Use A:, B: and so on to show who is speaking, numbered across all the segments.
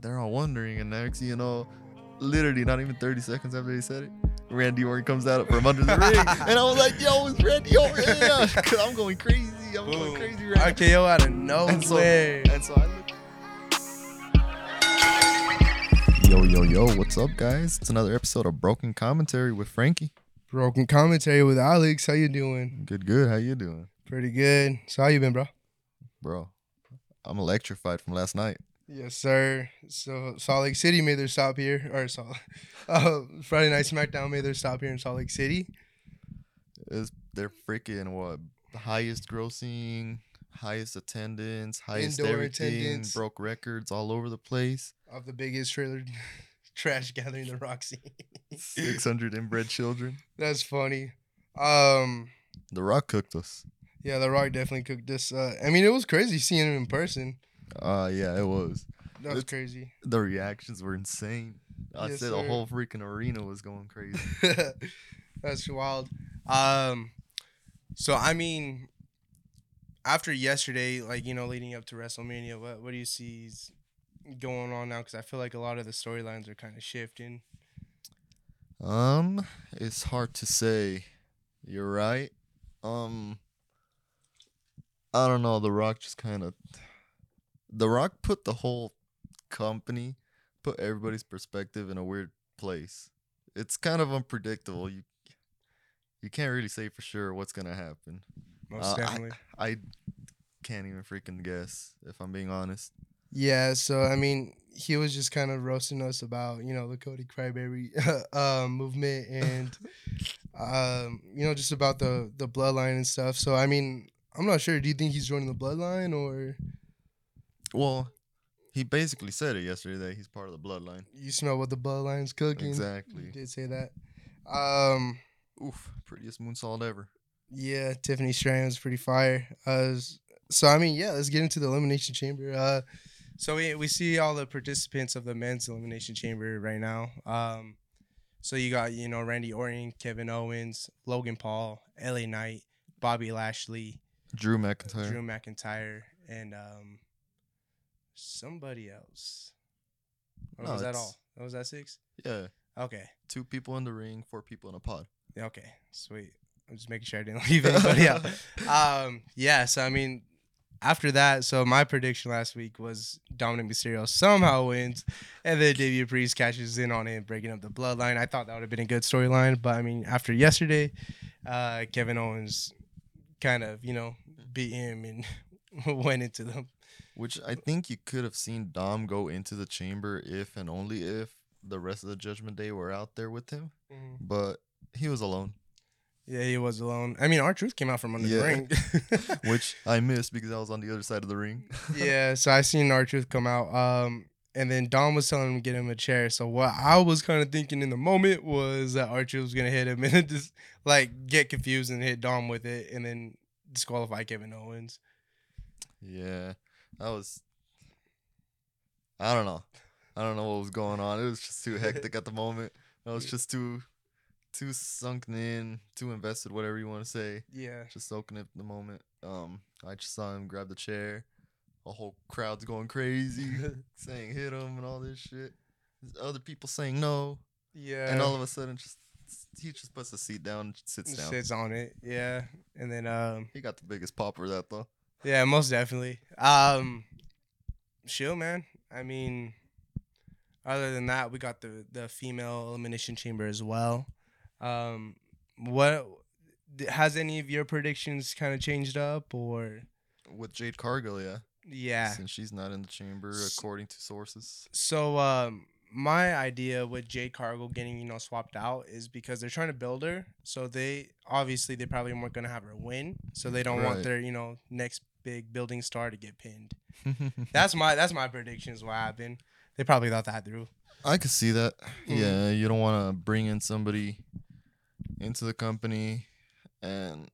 A: they're all wondering. And next, thing you know, literally not even 30 seconds after they said it, Randy Orton comes out from under the ring. And I was like, yo, it's Randy Orton. Yeah, 'cause I'm going crazy. I'm going
B: Boom.
A: crazy right now.
B: RKO out of nowhere.
A: And so I Yo, yo, yo, what's up, guys? It's another episode of Broken Commentary with Frankie.
B: Broken commentary with Alex. How you doing?
A: Good, good. How you doing,
B: Pretty good. So how you been, bro?
A: bro? I'm electrified from last night.
B: Yes, sir. So Salt Lake City made their stop here, or Salt, uh, Friday Night SmackDown made their stop here in Salt Lake City.
A: It's, they're freaking what? Highest grossing, highest attendance, highest
B: Indoor
A: everything.
B: attendance.
A: Broke records all over the place.
B: Of the biggest trailer trash gathering, the Roxy.
A: 600 inbred children.
B: That's funny. Um,
A: The Rock cooked us.
B: yeah, The Rock definitely cooked this. Uh, I mean, it was crazy seeing him in person.
A: Uh, yeah, it was.
B: That
A: It's-
B: was crazy.
A: The reactions were insane. I
B: Yes,
A: said
B: sir.
A: the whole freaking arena was going crazy.
B: That's wild. Um, so I mean, after yesterday, like you know, leading up to WrestleMania, what what do you see is going on now? Because I feel like a lot of the storylines are kind of shifting.
A: Um, it's hard to say. You're right. Um, I don't know. The Rock just kind of, The Rock put the whole company, put everybody's perspective in a weird place. It's kind of unpredictable. You, you can't really say for sure what's gonna happen.
B: Most
A: Uh, I-
B: definitely.
A: I can't even freaking guess if I'm being honest.
B: yeah. So I mean, he was just kind of roasting us about you know the Cody Cryberry uh, movement and um, you know just about the the bloodline and stuff. So I mean, I'm not sure. Do you think he's joining the bloodline or?
A: Well, he basically said it yesterday that he's part of the bloodline.
B: you smell what the bloodline's cooking. You
A: Exactly.
B: did say that. Um,
A: Oof, prettiest moonsault ever.
B: yeah, Tiffany Stratton's pretty fire. Uh, s- so I mean, yeah, let's get into the elimination chamber. Uh, so we we see all the participants of the men's elimination chamber right now. Um, so you got you know Randy Orton, Kevin Owens, Logan Paul, LA Knight, Bobby Lashley,
A: Drew McIntyre.
B: Drew McIntyre, and um, somebody else. Or
A: No,
B: was that
A: it's-
B: all? Oh, Was that six?
A: Yeah,
B: Okay.
A: two people in the ring, four people in a pod.
B: Yeah, Okay, sweet. I'm just making sure I didn't leave anybody out. Um, yeah, so I mean, after that, so my prediction last week was Dominic Mysterio somehow wins, and then Davey Priest cashes in on him, breaking up the bloodline. I thought that would have been a good storyline, but I mean, after yesterday, uh, Kevin Owens kind of, you know, beat him and went into the
A: Which I think you could have seen Dom go into the chamber if and only if the rest of the Judgment Day were out there with him, but he was alone,
B: Yeah, he was alone. I mean, our truth came out from under
A: Yeah.
B: the ring.
A: which I missed because I was on the other side of the ring.
B: yeah, so I seen our truth come out. Um, and then Don was telling him to get him a chair. So what I was kind of thinking in the moment was that our truth was gonna hit him and then just like get confused and hit Dom with it, and then disqualify Kevin Owens.
A: Yeah, that was. I don't know. I don't know what was going on. It was just too hectic at the moment. I was just too, too sunken in, too invested, whatever you want to say.
B: Yeah,
A: just soaking up the moment. Um, I just saw him grab the chair. A whole crowd's going crazy, saying hit him and all this shit. There's other people saying no,
B: yeah.
A: and all of a sudden, just he just puts the seat down, and sits down.
B: sits on it. Yeah, and then um,
A: He got the biggest pop for that though.
B: yeah, most definitely. Um, chill, man. I mean, other than that, we got the the female elimination chamber as well. Um, what th- has any of your predictions kind of changed up or
A: With Jade Cargill, yeah,
B: yeah?
A: since she's not in the chamber
B: S-
A: according to sources.
B: So um, my idea with Jade Cargill getting you know swapped out is because they're trying to build her. So they obviously they probably weren't gonna have her win, so they don't want
A: Right.
B: their you know next big building star to get pinned. That's my that's my predictions. What happened? They probably thought that through.
A: I could see that.
B: Mm.
A: Yeah, you don't want to bring in somebody into the company and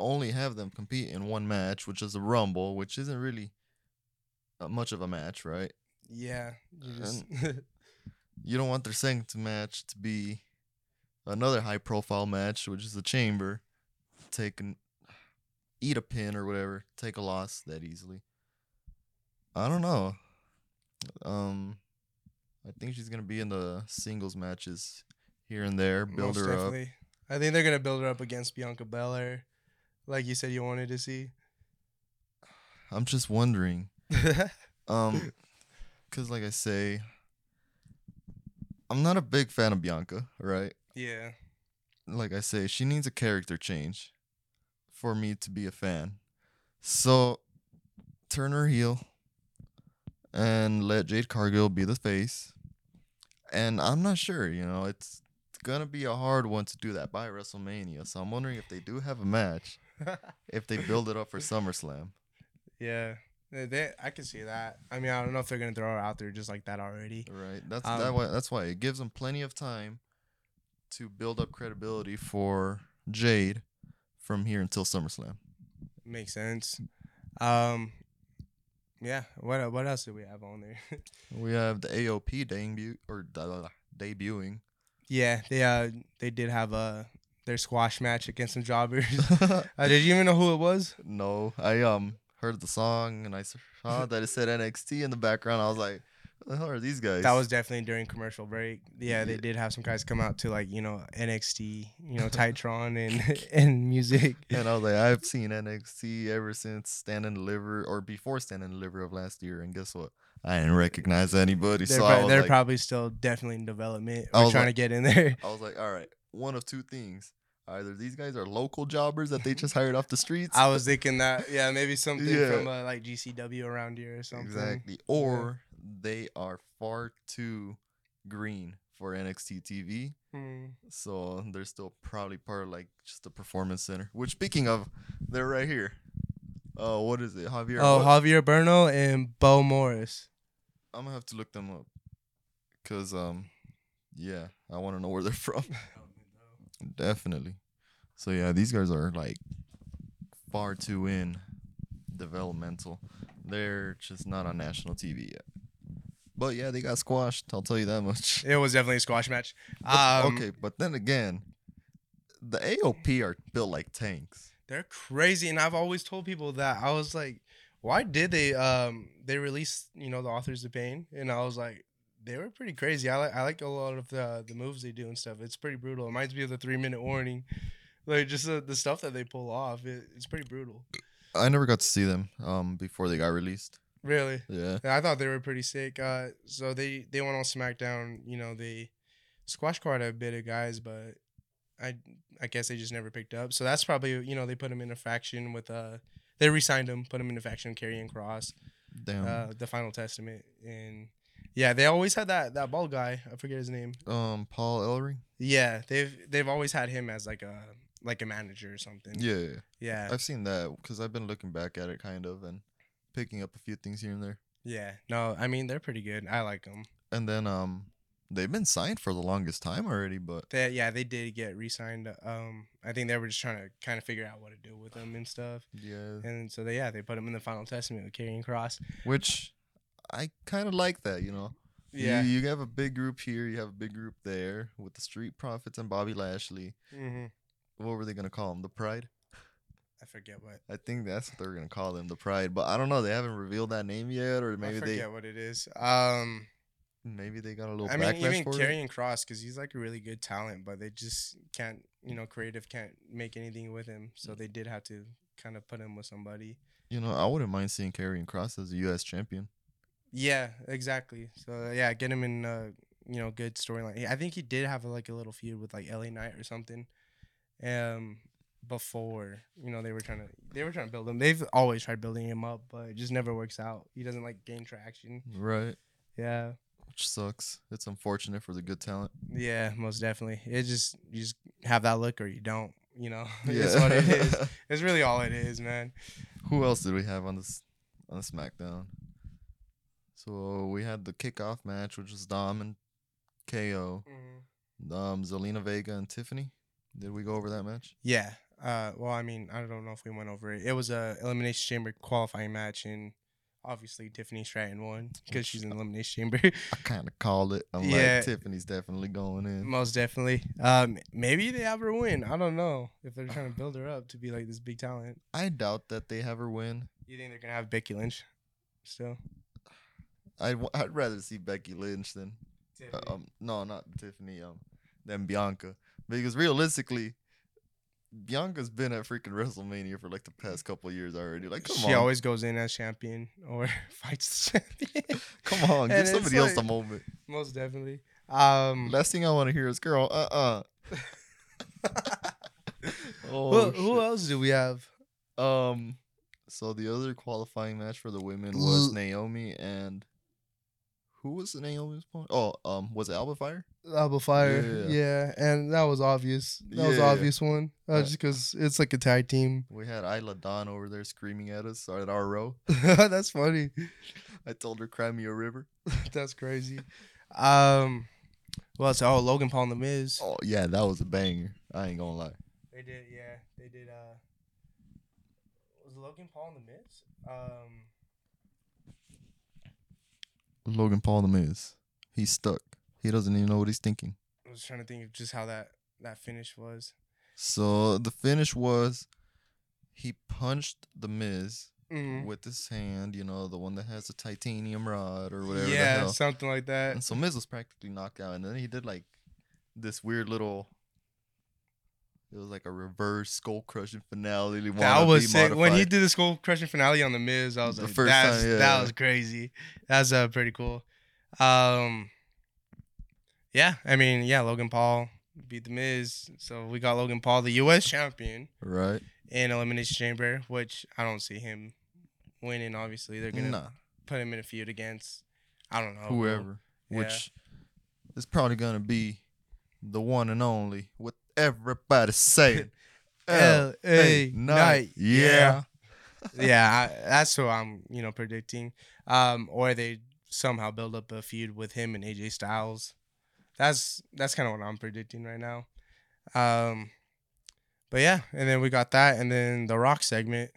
A: only have them compete in one match, which is a rumble, which isn't really uh, much of a match, right?
B: Yeah. you just-
A: You don't want their second match to be another high profile match, which is the chamber, take an, eat a pin or whatever, take a loss that easily. I don't know. Um, I think she's gonna be in the singles matches here and there. Build
B: Most
A: her up.
B: definitely. I think they're gonna build her up against Bianca Belair, like you said you wanted to see.
A: I'm just wondering, um, because like I say, I'm not a big fan of Bianca. Right?
B: yeah.
A: Like I say, she needs a character change for me to be a fan. So turn her heel and let Jade Cargill be the face. And I'm not sure, you know, it's gonna be a hard one to do that by WrestleMania. So I'm wondering if they do have a match, if they build it up for SummerSlam.
B: yeah. They, they- I can see that. I mean, I don't know if they're gonna throw her out there just like that already.
A: Right. That's
B: Um,
A: that why that's why it gives them plenty of time to build up credibility for Jade from here until SummerSlam.
B: Makes sense. Um, yeah. What what else do we have on there?
A: We have the AOP debut or da- da- da- debuting.
B: yeah, they uh they did have a their squash match against some jobbers. uh, did you even know who it was?
A: no, I um heard the song and I saw that it said NXT in the background. I was like, "Who the hell are these guys?"
B: That was definitely during commercial break. Yeah, they
A: Yeah.
B: did have some guys come out to like you know NXT, you know Titron and and music.
A: and I was like, I've seen NXT ever since Stand and Deliver or before Stand and Deliver of last year, and guess what? I didn't recognize anybody.
B: They're,
A: so I
B: prob-
A: was
B: they're
A: like,
B: probably still definitely in development.
A: I
B: We're
A: was
B: trying
A: like-
B: to get in there.
A: I was like, all right, one of two things: either these guys are local jobbers that they just hired off the streets,
B: I was thinking that yeah maybe something
A: Yeah.
B: from uh, like GCW around here or something.
A: exactly, or they are far too green for NXT TV.
B: Hmm.
A: So they're still probably part of like just the performance center. Which speaking of, they're right here. Uh, what is it, Javier?
B: Oh,
A: what-
B: Javier Berno and Bo Morris.
A: I'm gonna have to look them up, cause um, yeah, I want to know where they're from. Definitely. So yeah, these guys are like far too in developmental. They're just not on national TV yet. But yeah, they got squashed. I'll tell you that much.
B: It was definitely a squash match.
A: But-
B: Um,
A: okay, but then again, the AOP are built like tanks.
B: They're crazy, and I've always told people that I was like, why did they um they release you know the authors of pain? And I was like, they were pretty crazy. I like I like a lot of the the moves they do and stuff. It's pretty brutal. It reminds me of the three minute warning, like just the, the stuff that they pull off. It, it's pretty brutal,
A: I never got to see them um before they got released.
B: really.
A: Yeah.
B: Yeah, I thought they were pretty sick. Uh, so they they went on SmackDown. You know they squashed quite a bit of guys, but I I guess they just never picked up. So that's probably you know they put him in a faction with uh they re-signed him, put him in a faction, carrying Cross,
A: Damn.
B: uh, the Final Testament, and yeah, they always had that that bald guy. I forget his name.
A: um, Paul Ellery.
B: Yeah, they've they've always had him as like a like a manager or something.
A: Yeah, yeah, yeah.
B: yeah,
A: I've seen that because I've been looking back at it kind of and picking up a few things here and there.
B: yeah. No, I mean they're pretty good. I like them.
A: And then um, they've been signed for the longest time already, but
B: They, yeah, they did get re-signed. Um, I think they were just trying to kind of figure out what to do with them and stuff.
A: yeah,
B: And so they, yeah, they put him in the Final Testament with Karrion Cross.
A: which I kind of like that, you know.
B: Yeah,
A: You, you have a big group here, you have a big group there with the Street Profits and Bobby Lashley.
B: hmm
A: What were they gonna call them? The Pride?
B: I forget what.
A: I think that's what they're gonna call them, the Pride. But I don't know. They haven't revealed that name yet, or
B: Maybe I
A: maybe
B: forget
A: they
B: what it is. Um,
A: maybe they got a little
B: I mean,
A: backlash
B: even
A: for it.
B: Karrion Cross because he's like a really good talent, but they just can't, you know, creative can't make anything with him.
A: Mm.
B: So they did have to kind of put him with somebody.
A: You know, I wouldn't mind seeing Karrion Cross as a U.S. champion.
B: Yeah, exactly. So yeah, get him in uh, you know, good storyline. Yeah, I think he did have like a little feud with like LA Knight or something. Um before, you know, they were trying to they were trying to build him. They've always tried building him up, but it just never works out. He doesn't like gain traction.
A: Right.
B: Yeah.
A: Which sucks. It's unfortunate for the good talent.
B: Yeah, most definitely. It just you just have that look or you don't, you know. it's what it is. It's really all it is, man.
A: Who else did we have on this on SmackDown? So we had the kickoff match, which was Dom and KO.
B: Mm-hmm.
A: Um, Zelina Vega and Tiffany. Did we go over that match?
B: Yeah. Uh, well, I mean, I don't know if we went over it. It was a elimination chamber qualifying match, and obviously Tiffany Stratton won because she's in the elimination chamber,
A: I kind of called it. I'm
B: Yeah.
A: like Tiffany's definitely going in.
B: most definitely. Um, maybe they have her win. I don't know if they're trying to build her up to be like this big talent.
A: I doubt that they have her win.
B: You think they're gonna have Becky Lynch still?
A: I'd, w- I'd rather see Becky Lynch than um no not Tiffany um than Bianca because realistically Bianca's been at freaking WrestleMania for like the past couple years already. Like come
B: she
A: on,
B: always goes in as champion or fights the champion.
A: come on,
B: and
A: give
B: it's
A: somebody else a
B: like-
A: moment.
B: Most definitely. Um,
A: Last thing I want to hear is girl. Uh uh Oh
B: who,
A: shit.
B: who else do we have?
A: Um, so the other qualifying match for the women was
B: L-
A: Naomi and who was Naomi's opponent? Oh, um, was it Alba Fire?
B: Alba Fire.
A: Yeah, yeah,
B: Yeah, and that was obvious. That was
A: Yeah.
B: obvious one. Uh,
A: Yeah.
B: Just because it's like a tag team.
A: We had Isla Dawn over there screaming at us or at our row.
B: That's funny.
A: I told her cry me a river.
B: That's crazy. Um, well, so oh, Logan Paul and the Miz.
A: Oh yeah, that was a banger. I ain't gonna lie.
B: They did, yeah. They did. uh Was Logan Paul in the Miz? Um,
A: Logan Paul the Miz, he's stuck. He doesn't even know what he's thinking.
B: I was trying to think of just how that that finish was.
A: So the finish was, he punched the Miz
B: Mm.
A: with his hand. You know the one that has the titanium rod or whatever. the
B: Yeah,
A: hell.
B: something like
A: And
B: that.
A: so Miz was practically knocked out, and then he did like this weird little. It was like a reverse skull crushing finale.
B: That
A: wannabe
B: was sick. When he
A: modified.
B: did the school crushing finale on the Miz, I was
A: The
B: like,
A: first
B: "That's
A: time, yeah.
B: that was crazy. That's uh, pretty cool." Um, yeah, I mean, yeah, Logan Paul beat the Miz, so we got Logan Paul, the U.S. champion.
A: right.
B: in Elimination Chamber, which I don't see him winning. Obviously, they're gonna
A: Nah,
B: put him in a feud against I don't know who.
A: whoever,
B: Oh, yeah.
A: which is probably gonna be the one and only with everybody saying
B: L A
A: LA
B: Knight.
A: yeah.
B: yeah, I, that's who I'm you know predicting. Um, or they somehow build up a feud with him and AJ Styles. That's that's kind of what I'm predicting right now. Um, but yeah, and then we got that, and then the Rock segment.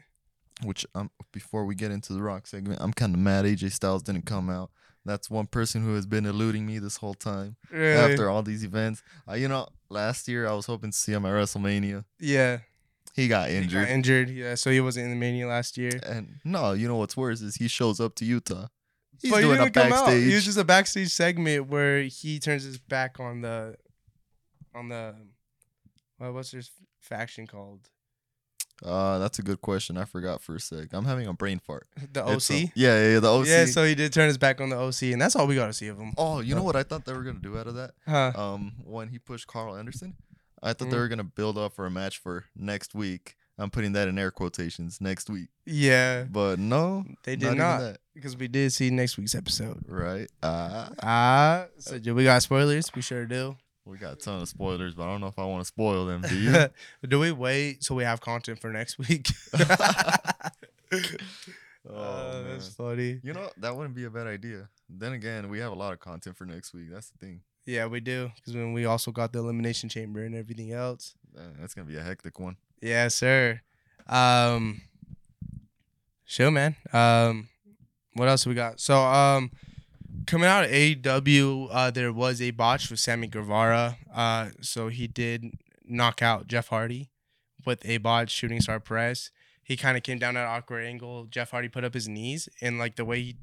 A: Which um, before we get into the rock segment, I'm kind of mad AJ Styles didn't come out. That's one person who has been eluding me this whole time.
B: Really?
A: After all these events, uh, you know, last year I was hoping to see him at WrestleMania.
B: yeah,
A: He got
B: he got
A: injured.
B: injured. Yeah, so he wasn't in the Mania last year.
A: And no, you know what's worse is he shows up to Utah. He's
B: but
A: doing a
B: he didn't come out. It
A: backstage.
B: was just a backstage segment where he turns his back on the, on the, well, what's his faction called?
A: uh, that's a good question. I forgot for a sec. I'm having a brain fart.
B: The
A: It's
B: OC.
A: a- yeah, yeah, yeah, the OC.
B: Yeah, so he did turn his back on the OC, and that's all we got to see of him.
A: oh, you know what I thought they were gonna do out of that?
B: Huh?
A: Um, when he pushed Carl Anderson, I thought they
B: Mhm.
A: were gonna build up for a match for next week. I'm putting that in air quotations next week,
B: Yeah,
A: but no,
B: they did
A: even
B: not
A: that,
B: because we did see next week's episode.
A: right? Uh,
B: Ah, so do we got spoilers? We sure do.
A: we got a ton of spoilers, but I don't know if I want to spoil them. Do
B: Uh,
A: you?
B: do we wait so we have content for next week?
A: oh,
B: Uh, that's
A: man.
B: funny.
A: You know, that wouldn't be a bad idea. Then again, we have a lot of content for next week. That's the thing.
B: Yeah, we do because when we also got the elimination chamber and everything else.
A: Uh, That's gonna be a hectic one.
B: Yes, sir. Um show man. Um what else we got? So um coming out of AEW, uh there was a botch with Sammy Guevara. Uh so he did knock out Jeff Hardy with a botch shooting star press. He kind of came down at an awkward angle. Jeff Hardy put up his knees and like the way he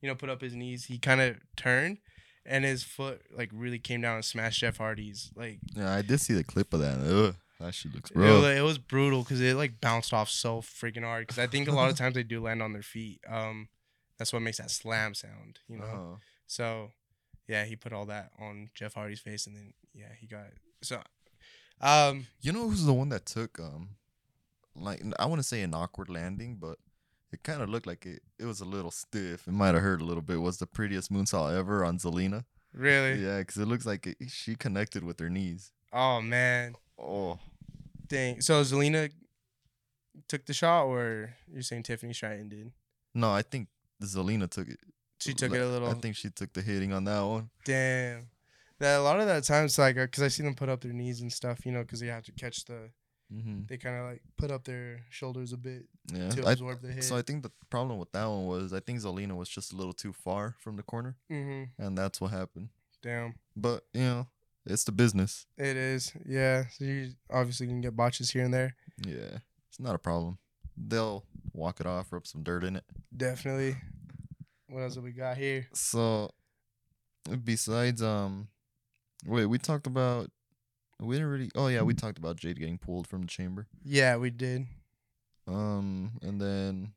B: you know put up his knees, he kind of turned and his foot like really came down and smashed Jeff Hardy's like
A: Yeah, I did see the clip of that. Ugh, that shit looks
B: it wa-
A: rough.
B: It, was brutal because it like bounced off so freaking hard. Because I think a lot of times they do land on their feet. Um, that's what makes that slam sound, you know.
A: Uh-huh.
B: So, yeah, he put all that on Jeff Hardy's face, and then yeah, he got it. so. Um,
A: You know who's the one that took um, like n- I want to say an awkward landing, but it kind of looked like it. It was a little stiff. It might have hurt a little bit. Was the prettiest moonsault ever on Zelina?
B: really?
A: Yeah, because it looks like it, she connected with her knees.
B: Oh man,
A: Oh,
B: dang. So Zelina took the shot, or you're saying Tiffany Stratton did?
A: no, I think Zelina took it.
B: She took it a little.
A: I think she took the hitting on that one.
B: Damn. That a lot of that time it's like because I see them put up their knees and stuff, you know, because they have to catch the.
A: hmm
B: They kind of like put up their shoulders a bit
A: Yeah,
B: to
A: I-
B: absorb the hit.
A: so I think the problem with that one was I think Zelina was just a little too far from the corner,
B: mm-hmm.
A: and that's what happened.
B: Damn,
A: But you know, it's the business.
B: it is. Yeah, so you obviously can get botches here and there.
A: Yeah, it's not a problem. They'll walk it off, rub some dirt in it.
B: Definitely. What else have we got here?
A: So, besides, um, wait, we talked about. We didn't really. Oh yeah, we talked about Jade getting pulled from the chamber.
B: Yeah, we did.
A: Um, and then,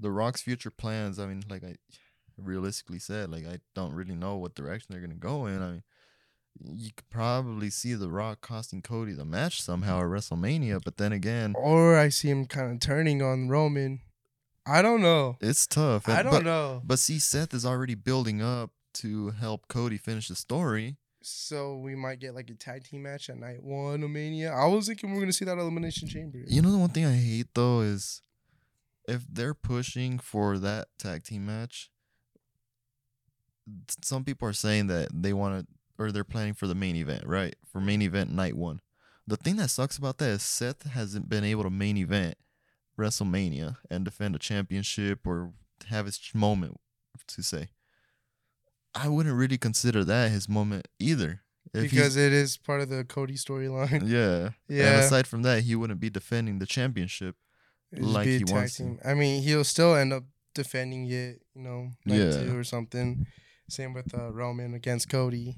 A: The Rock's future plans. I mean, like I realistically said, like I don't really know what direction they're gonna go in. I mean, you could probably see The Rock costing Cody the match somehow at WrestleMania, but then again,
B: Or I see him kind of turning on Roman. I don't know.
A: it's tough.
B: I
A: and-
B: don't
A: but,
B: know.
A: But see, Seth is already building up to help Cody finish the story.
B: So we might get like a tag team match at night one of Mania. I was thinking we are gonna see that elimination chamber.
A: You know the one thing I hate though is if they're pushing for that tag team match. s- Some people are saying that they want to or they're planning for the main event, right? For main event night one. The thing that sucks about that is Seth hasn't been able to main event WrestleMania and defend a championship or have his ch- moment to say. I wouldn't really consider that his moment either. If he's-
B: because it is part of the Cody storyline.
A: yeah. And
B: yeah,
A: aside from that, he wouldn't be defending the championship.
B: it'd just
A: like
B: be a
A: he
B: tag
A: wants to.
B: team. I mean, he'll still end up defending it, you know, night
A: Yeah.
B: two or something. Same with uh, Roman against Cody.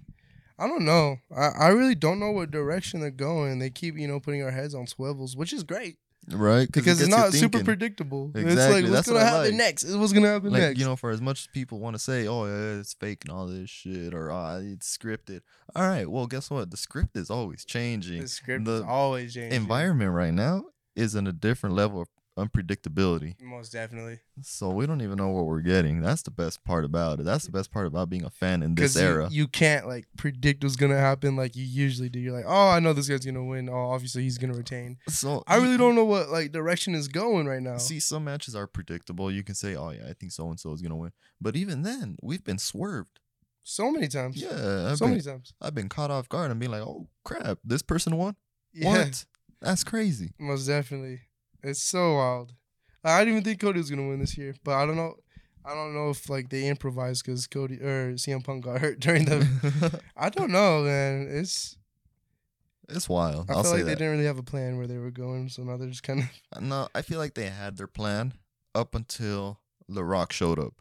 B: I don't know. I, I really don't know what direction they're going. They keep, you know, putting our heads on swivels, which is great
A: Right?
B: because it's not super
A: predictable.
B: predictable. It's
A: Exactly,
B: like, what's
A: that's
B: going
A: what
B: to
A: I
B: happen
A: like.
B: next? It's what's going to happen
A: Like,
B: next?
A: you know, for as much as people want to say, oh, yeah, it's fake and all this shit, or ah, it's scripted. All right, well, guess what? The script is always changing.
B: the script is
A: the
B: always changing.
A: Environment right now is in a different level of unpredictability.
B: Most definitely.
A: So we don't even know what we're getting. That's the best part about it. That's the best part about being a fan in this
B: Because you,
A: era.
B: you can't like predict what's gonna happen like you usually do. You're like, oh, I know this guy's gonna win. Oh, obviously he's gonna retain.
A: so
B: I
A: you-
B: really don't know what like direction is going right now.
A: See, some matches are predictable. You can say, "Oh yeah, I think so and so is gonna win," but even then, we've been swerved.
B: so many times.
A: Yeah, I've,
B: so
A: been,
B: many times.
A: I've been caught off guard and being like, "Oh crap, this person won.
B: Yeah,
A: What? That's crazy."
B: most definitely. It's so wild. I didn't even think Cody was gonna win this year, but I don't know. I don't know if like they improvised because Cody or CM Punk got hurt during the. I don't know, man. It's
A: it's wild.
B: I
A: I'll
B: feel
A: say
B: like they
A: that.
B: didn't really have a plan where they were going, so now they're just kind of
A: No, I feel like they had their plan up until The Rock showed up.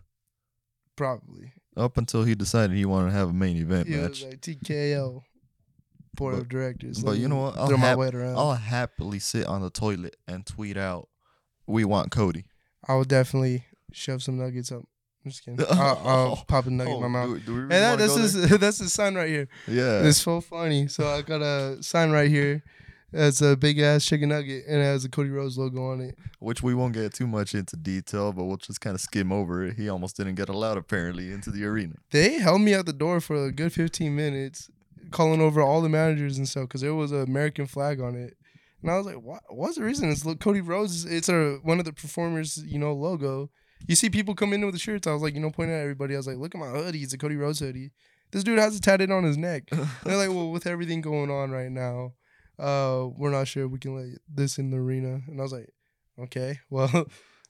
B: probably.
A: Up until he decided he wanted to have a main event
B: Yeah,
A: match.
B: like TKO, board
A: But-
B: of directors.
A: but
B: Let
A: you
B: me
A: know what? I'll
B: throw my
A: hap-
B: weight around.
A: I'll happily sit on the toilet and tweet out, "We want Cody."
B: I would definitely shove some nuggets up. I'm just kidding. I'll, I'll pop a nugget in my mouth.
A: Oh, do- do we really
B: and that,
A: wanna
B: that's
A: go
B: his,
A: there?
B: that's his sign right here.
A: yeah.
B: It's so funny. So I got a sign right here. That's a big ass chicken nugget and it has a Cody Rhodes logo on it.
A: which we won't get too much into detail, but we'll just kind of skim over it. He almost didn't get allowed apparently into the arena.
B: They held me at the door for a good 15 minutes, calling over all the managers and stuff because there was an American flag on it. And I was like, what? What's the reason? It's look, Cody Rhodes. It's a, one of the performers, you know, logo. You see people come in with the shirts. I was like, you know, pointing at everybody. I was like, look at my hoodie. It's a Cody Rhodes hoodie. This dude has it tatted on his neck. They're like, well, with everything going on right now, uh, we're not sure we can let this in the arena. And I was like, okay, well,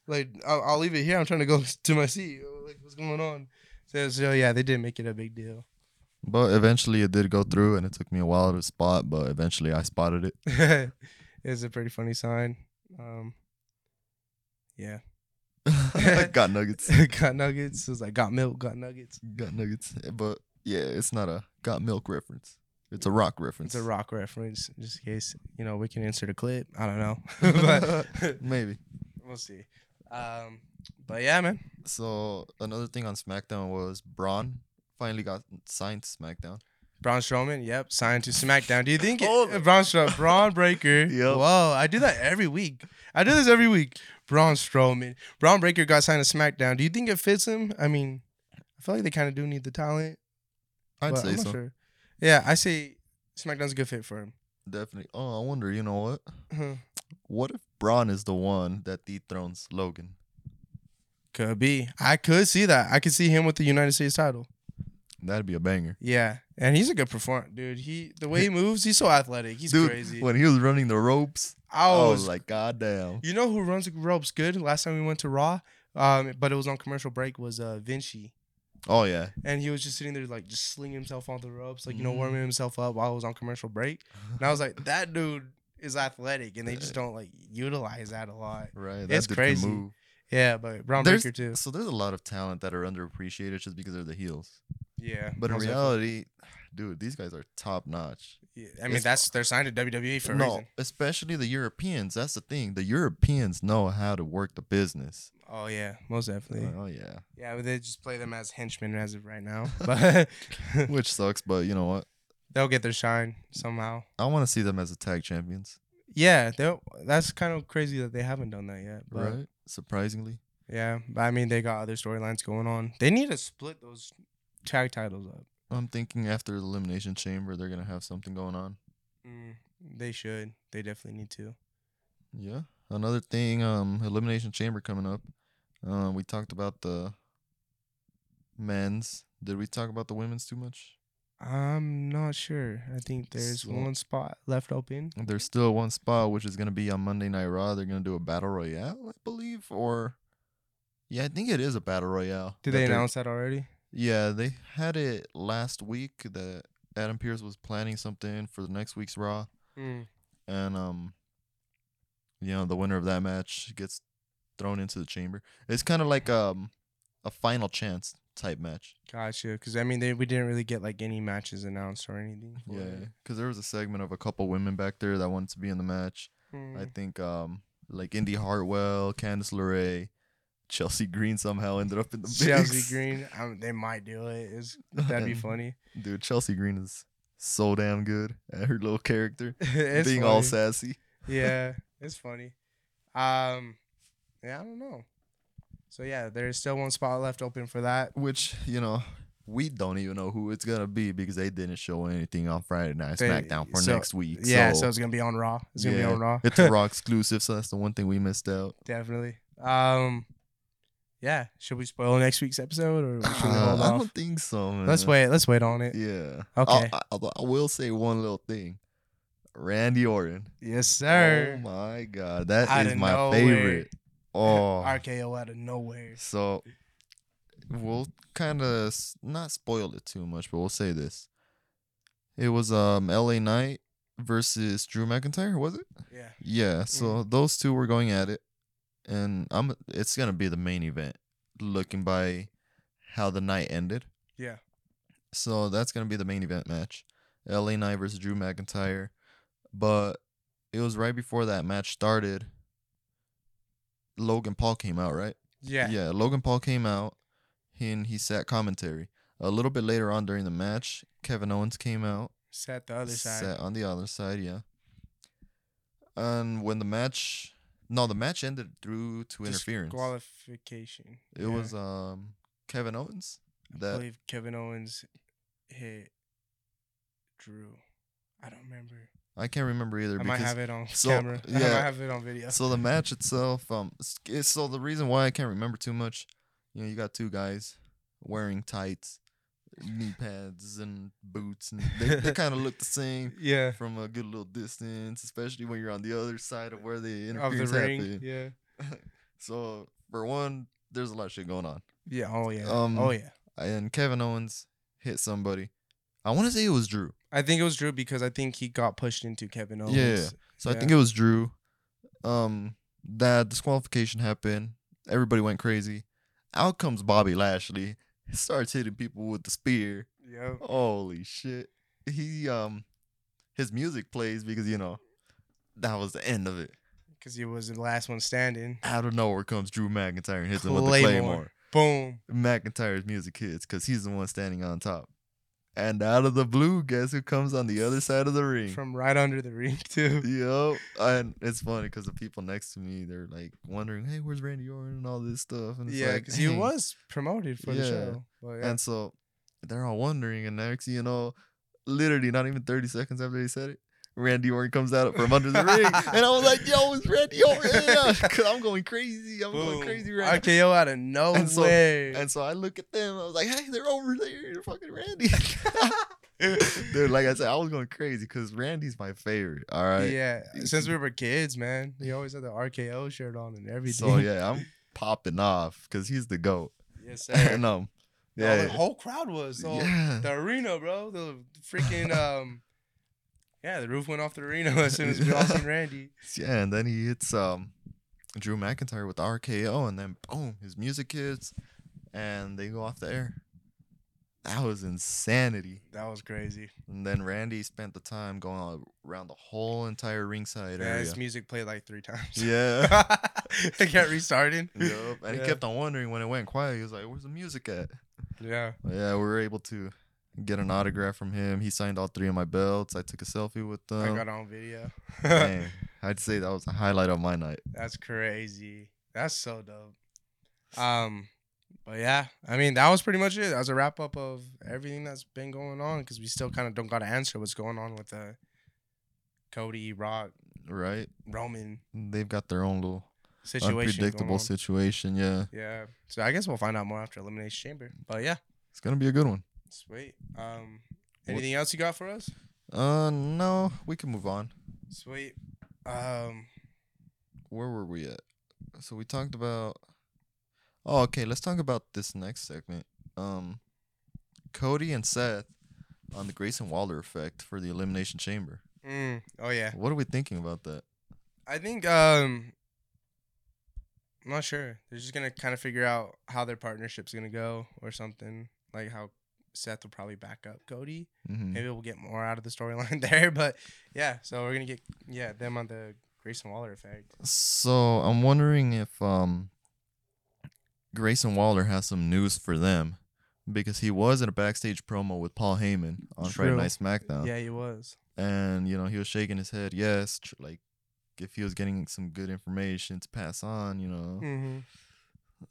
B: like I'll, I'll leave it here. I'm trying to go to my seat. Like, what's going on? So, so yeah, they didn't make it a big deal.
A: but eventually it did go through, and it took me a while to spot, but eventually I spotted it.
B: it's a pretty funny sign. Um, yeah,
A: got nuggets.
B: got nuggets. It was like got milk, got nuggets.
A: Got nuggets. But yeah, it's not a got milk reference. It's a rock reference.
B: It's a rock reference, just in case you know we can insert a clip. I don't know, but
A: Maybe.
B: we'll see. Um, but yeah, man.
A: So another thing on SmackDown was Braun finally got signed to SmackDown.
B: Braun Strowman, yep, signed to SmackDown. Do you think
A: Oh.
B: it, Braun Strowman, Braun Breaker?
A: Yep.
B: Whoa, I do that every week. I do this every week. Braun Strowman, Braun Breaker got signed to SmackDown. Do you think it fits him? I mean, I feel like they kind of do need the talent.
A: I'd
B: but
A: say
B: I'm not
A: so.
B: Sure. Yeah, I say SmackDown's a good fit for him.
A: Definitely. Oh, I wonder, you know what?
B: Hmm.
A: What if Braun is the one that dethrones Logan?
B: Could be. I could see that. I could see him with the United States title.
A: That'd be a banger.
B: Yeah, and he's a good performer, dude. He the way he moves, he's so athletic. He's
A: Dude,
B: crazy. Oh,
A: when Oh, he was running the ropes,
B: I
A: I
B: was
A: was like, God damn.
B: You know who runs the ropes good? Last time we went to Raw, um, but it was on commercial break. Was uh, Vinci,
A: Oh yeah.
B: and he was just sitting there like just slinging himself on the ropes, like you know
A: Mm.
B: warming himself up while it was on commercial break. And I was like, that dude is athletic, and they just don't like utilize that a lot.
A: right.
B: it's
A: dude can
B: crazy. Yeah, but Braun
A: There's-
B: Breaker too.
A: So there's a lot of talent that are underappreciated just because they're the heels.
B: Yeah,
A: But in
B: most definitely.
A: reality, dude, these guys are top notch.
B: Yeah, I mean
A: it's-
B: that's they're signed to WWE for a
A: no,
B: reason.
A: especially the Europeans. That's the thing. The Europeans know how to work the business.
B: Oh yeah, most definitely.
A: Oh yeah,
B: Yeah, but they just play them as henchmen as of right now, but
A: which sucks, but you know what?
B: they'll get their shine somehow.
A: I want to see them as the tag champions,
B: Yeah, they'll- that's kind of crazy that they haven't done that yet. But
A: right? Surprisingly,
B: yeah, but I mean they got other storylines going on. They need to split those tag titles up.
A: I'm thinking after the elimination chamber, they're gonna have something going on.
B: Mm, they should. They definitely need to.
A: Yeah. Another thing, um, Elimination Chamber coming up. Um, we talked about the men's. Did we talk about the women's too much?
B: I'm not sure. I think there's
A: So-
B: one spot left open.
A: There's still one spot which is gonna be on Monday Night Raw. They're gonna do a battle royale, I believe, or yeah, I think it is a battle royale.
B: Did
A: that
B: they
A: they're-
B: announce that already?
A: Yeah, they had it last week that Adam Pierce was planning something for the next week's Raw,
B: Mm.
A: and um, you know, the winner of that match gets thrown into the chamber. It's kind of like um, a final chance type match.
B: Gotcha. Because I mean, they, we didn't really get like any matches announced or anything. for
A: Yeah,
B: it.
A: because there was a segment of a couple women back there that wanted to be in the match.
B: Mm.
A: I think um like Indy Hartwell, Candice LeRae, Chelsea Green somehow ended up in the mix.
B: Chelsea Green. Um, they might do it. It's, that'd be
A: And
B: funny.
A: dude. Chelsea Green is so damn good at her little character,
B: it's
A: being all
B: funny.
A: sassy.
B: yeah, it's funny. Um, yeah, I don't know. So yeah, there's still one spot left open for that.
A: Which you know we don't even know who it's gonna be because they didn't show anything on Friday Night
B: They-
A: SmackDown for
B: so-
A: next week.
B: yeah, so it's gonna be on Raw. It's gonna
A: yeah,
B: be on Raw.
A: it's a Raw exclusive, so that's the one thing we missed out.
B: Definitely. Um, yeah. Should we spoil next week's episode or should we hold
A: Uh, I
B: off?
A: don't think so. Man.
B: Let's wait. Let's wait on it.
A: Yeah. I'll,
B: Okay.
A: I, although I will say one little thing. Randy Orton.
B: Yes, sir.
A: Oh my God, that is
B: Out of
A: my
B: nowhere.
A: favorite. Oh,
B: RKO out of nowhere.
A: so we'll kind of not spoil it too much, but we'll say this: it was um L.A. Knight versus Drew McIntyre, was it?
B: Yeah.
A: Yeah. So
B: Mm.
A: those two were going at it, and I'm it's gonna be the main event, looking by how the night ended.
B: Yeah.
A: So that's gonna be the main event match, LA Knight versus Drew McIntyre. But it was right before that match started. Logan Paul came out, right?
B: Yeah.
A: Yeah. Logan Paul came out, and he sat commentary. A little bit later on during the match, Kevin Owens came out,
B: Set the other side.
A: sat on the other side, yeah. And when the match, no, the match ended through to interference.
B: Qualification.
A: It was um Kevin Owens
B: I
A: that
B: believe Kevin Owens hit Drew. I don't remember.
A: I can't remember either
B: I might
A: because
B: have it on
A: so,
B: camera. I might
A: yeah.
B: have it on video.
A: So the match itself, um, s- it's- so the reason why I can't remember too much, you know, you got two guys wearing tights, knee pads, and boots, and they, they kind of look the same
B: yeah.
A: from a good little distance, especially when you're on the other side of where the
B: Of the
A: interference
B: ring.
A: happened.
B: Yeah.
A: So for one, there's a lot of shit going on,
B: Yeah. Oh yeah.
A: Um,
B: oh yeah.
A: and Kevin Owens hit somebody. I want to say it was Drew.
B: I think it was Drew because I think he got pushed into Kevin Owens.
A: Yeah. So I
B: Yeah.
A: think it was Drew. Um, that disqualification happened. Everybody went crazy. Out comes Bobby Lashley. Starts hitting people with the spear.
B: Yep.
A: Holy shit! He um, his music plays because you know that was the end of it.
B: Because he was the last one standing.
A: Out of nowhere comes Drew McIntyre and hits him with the claymore.
B: Claymore. Boom.
A: McIntyre's music hits because he's the one standing on top. And out of the blue, guess who comes on the other side of the ring?
B: From right under the ring too.
A: Yo, and it's funny because the people next to me they're like wondering, "Hey, where's Randy Orton?" and all this stuff. And it's
B: Yeah,
A: like,
B: because he
A: "Hey."
B: was promoted for the
A: Yeah.
B: show. But yeah.
A: And so they're all wondering, and next you know, literally not even thirty seconds after they said it, Randy Orton comes out from under the ring, and I was like, "Yo, it's Randy Orton!" Because I'm going crazy. I'm
B: Boom.
A: going crazy right now.
B: RKO out of nowhere.
A: so- And so I look at them. I was like, "Hey, they're over there, fucking Randy." Dude, like I said, I was going crazy because Randy's my favorite. All right.
B: Yeah, since we were kids, man, we always had the RKO shirt on and everything.
A: So yeah, I'm popping off because he's the goat.
B: yes, sir.
A: and um,
B: yeah, the
A: yeah,
B: whole crowd was. So
A: yeah,
B: The arena, bro, the freaking um, yeah, the roof went off the arena as soon as we all seen Randy.
A: yeah. And then he hits um, Drew McIntyre with the RKO, and then boom, his music hits, and they go off the air. That was insanity.
B: That was crazy.
A: And then Randy spent the time going all around the whole entire ringside
B: Yeah,
A: area.
B: his music played like three times.
A: Yeah.
B: it kept restarting.
A: Yup. And
B: Yeah.
A: he kept on wondering when it went quiet. He was like, "Where's the music at?"
B: Yeah.
A: But yeah, we were able to get an autograph from him. He signed all three of my belts. I took a selfie with them.
B: I got on video.
A: Dang, I'd say that was the highlight of my night.
B: That's crazy. That's so dope. Um, but yeah, I mean that was pretty much it. That was a wrap up of everything that's been going on because we still kind of don't got to answer what's going on with the Cody Rock
A: Right?
B: Roman
A: They've got their own little
B: situation. going
A: unpredictable
B: on.
A: situation. Yeah,
B: Yeah. So I guess we'll find out more after Elimination Chamber. But yeah,
A: it's gonna be a good one.
B: sweet. Um,
A: What-
B: anything else you got for us?
A: Uh, no, we can move on.
B: Sweet. Um,
A: Where were we at? So we talked about. Oh, okay. Let's talk about this next segment. Um, Cody and Seth on the Grayson Waller effect for the Elimination Chamber.
B: mm, oh yeah.
A: What are we thinking about that?
B: I think um I'm not sure. They're just gonna kind of figure out how their partnership's gonna go or something. Like how Seth will probably back up Cody.
A: Mm-hmm.
B: Maybe we'll get more out of the storyline there. But yeah, so we're gonna get yeah them on the Grayson Waller effect.
A: So I'm wondering if um Grayson Waller has some news for them because he was in a backstage promo with Paul Heyman on Friday
B: True.
A: Night SmackDown,
B: Yeah, he was.
A: and you know he was shaking his head yes, tr- like if he was getting some good information to pass on, you know.
B: Mm-hmm.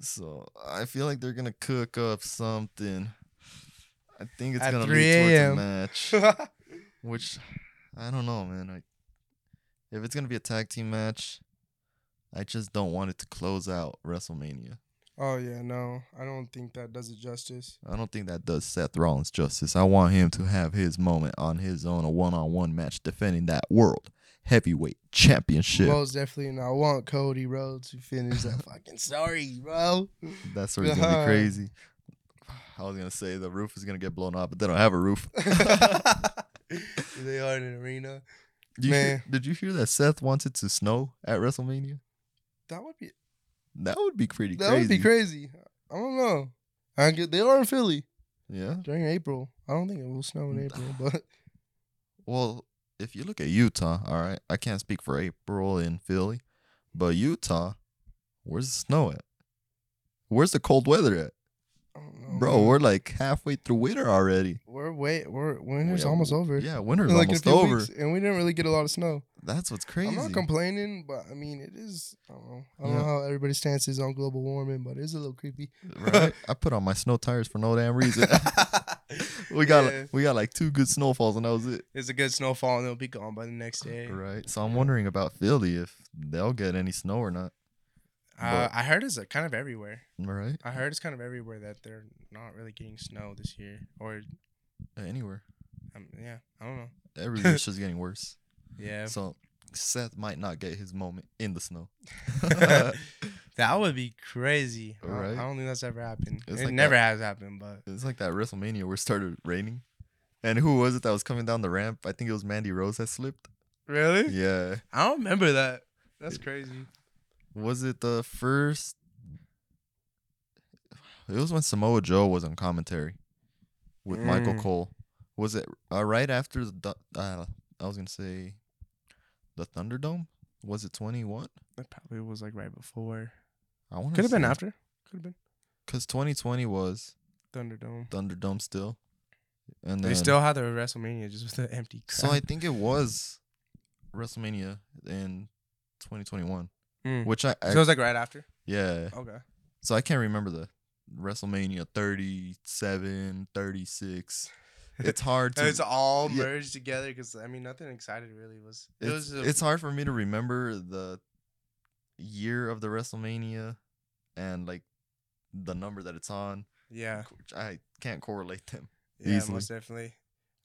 A: So I feel like they're gonna cook up something. I think it's
B: At
A: gonna
B: 3
A: lead towards a
B: a.m..
A: match, which I don't know, man. Like if it's gonna be a tag team match, I just don't want it to close out WrestleMania.
B: oh yeah, no, I don't think that does it justice.
A: I don't think that does Seth Rollins justice. I want him to have his moment on his own, a one-on-one match defending that world heavyweight championship.
B: Most definitely, and I want Cody Rhodes to finish that fucking story, bro.
A: That's where it's gonna
B: God.
A: be crazy. I was gonna say the roof is gonna get blown up, but they don't have a roof.
B: they are in an arena.
A: Did you, hear,
B: Man.
A: did you hear that Seth wanted to snow at WrestleMania?
B: That would be
A: That would be pretty
B: that
A: crazy.
B: would be crazy. I don't know. I get, they are in Philly
A: Yeah.
B: during April. I don't think it will snow
A: Mm.
B: in April, but
A: Well, if you look at Utah, all right, I can't speak for April in Philly, but Utah, where's the snow at? Where's the cold weather at?
B: I don't know.
A: Bro, we're like halfway through winter already.
B: we're wait we're winter's
A: Yeah,
B: almost over.
A: Yeah, winter's
B: Like in a
A: almost
B: few
A: over.
B: weeks, and we didn't really get a lot of snow.
A: That's what's crazy.
B: I'm not complaining, but I mean it is. I don't know. I don't know
A: Yeah.
B: how everybody's stance is on global warming, but it's a little creepy.
A: right? I put on my snow tires for no damn reason. we got
B: Yeah.
A: we got like two good snowfalls and that was it.
B: It's a good snowfall, and it'll be gone by the next day.
A: Right. So I'm wondering about Philly if they'll get any snow or not.
B: Uh,
A: But-
B: I heard it's uh, kind of everywhere.
A: Right?
B: I heard it's kind of everywhere that they're not really getting snow this year, or
A: Anywhere.
B: um, yeah, I don't know.
A: Every year it's just getting worse.
B: Yeah,
A: So Seth might not get his moment in the snow.
B: that would be crazy. I-
A: Right?
B: I, don't think that's ever happened.
A: It's
B: it
A: like
B: never has happened, but
A: it's like that WrestleMania where it started raining. And who was it that was coming down the ramp? I think it was Mandy Rose that slipped.
B: really,
A: Yeah.
B: I don't remember that. That's crazy.
A: Was it the first? It was when Samoa Joe was on commentary with Michael
B: Mm.
A: Cole. Was it uh, right after the? Thu- Uh, I was gonna say, the Thunderdome. Was it twenty one?
B: That probably was like right before.
A: I want
B: Could have been after. Could have been
A: because twenty twenty was
B: Thunderdome.
A: Thunderdome still, and
B: They
A: then,
B: still had the WrestleMania just with the empty
A: So I
B: crowd.
A: think it was WrestleMania in twenty twenty one,
B: Mm.
A: which I, I
B: so it was like right after.
A: yeah.
B: Okay.
A: So I can't remember the WrestleMania 37, 36. It's hard to
B: It's all
A: yeah.
B: merged together because I mean nothing excited really was. It
A: it's,
B: was a-
A: it's hard for me to remember the year of the WrestleMania and like the number that it's on.
B: yeah.
A: which I can't correlate them.
B: Yeah,
A: easily.
B: most definitely.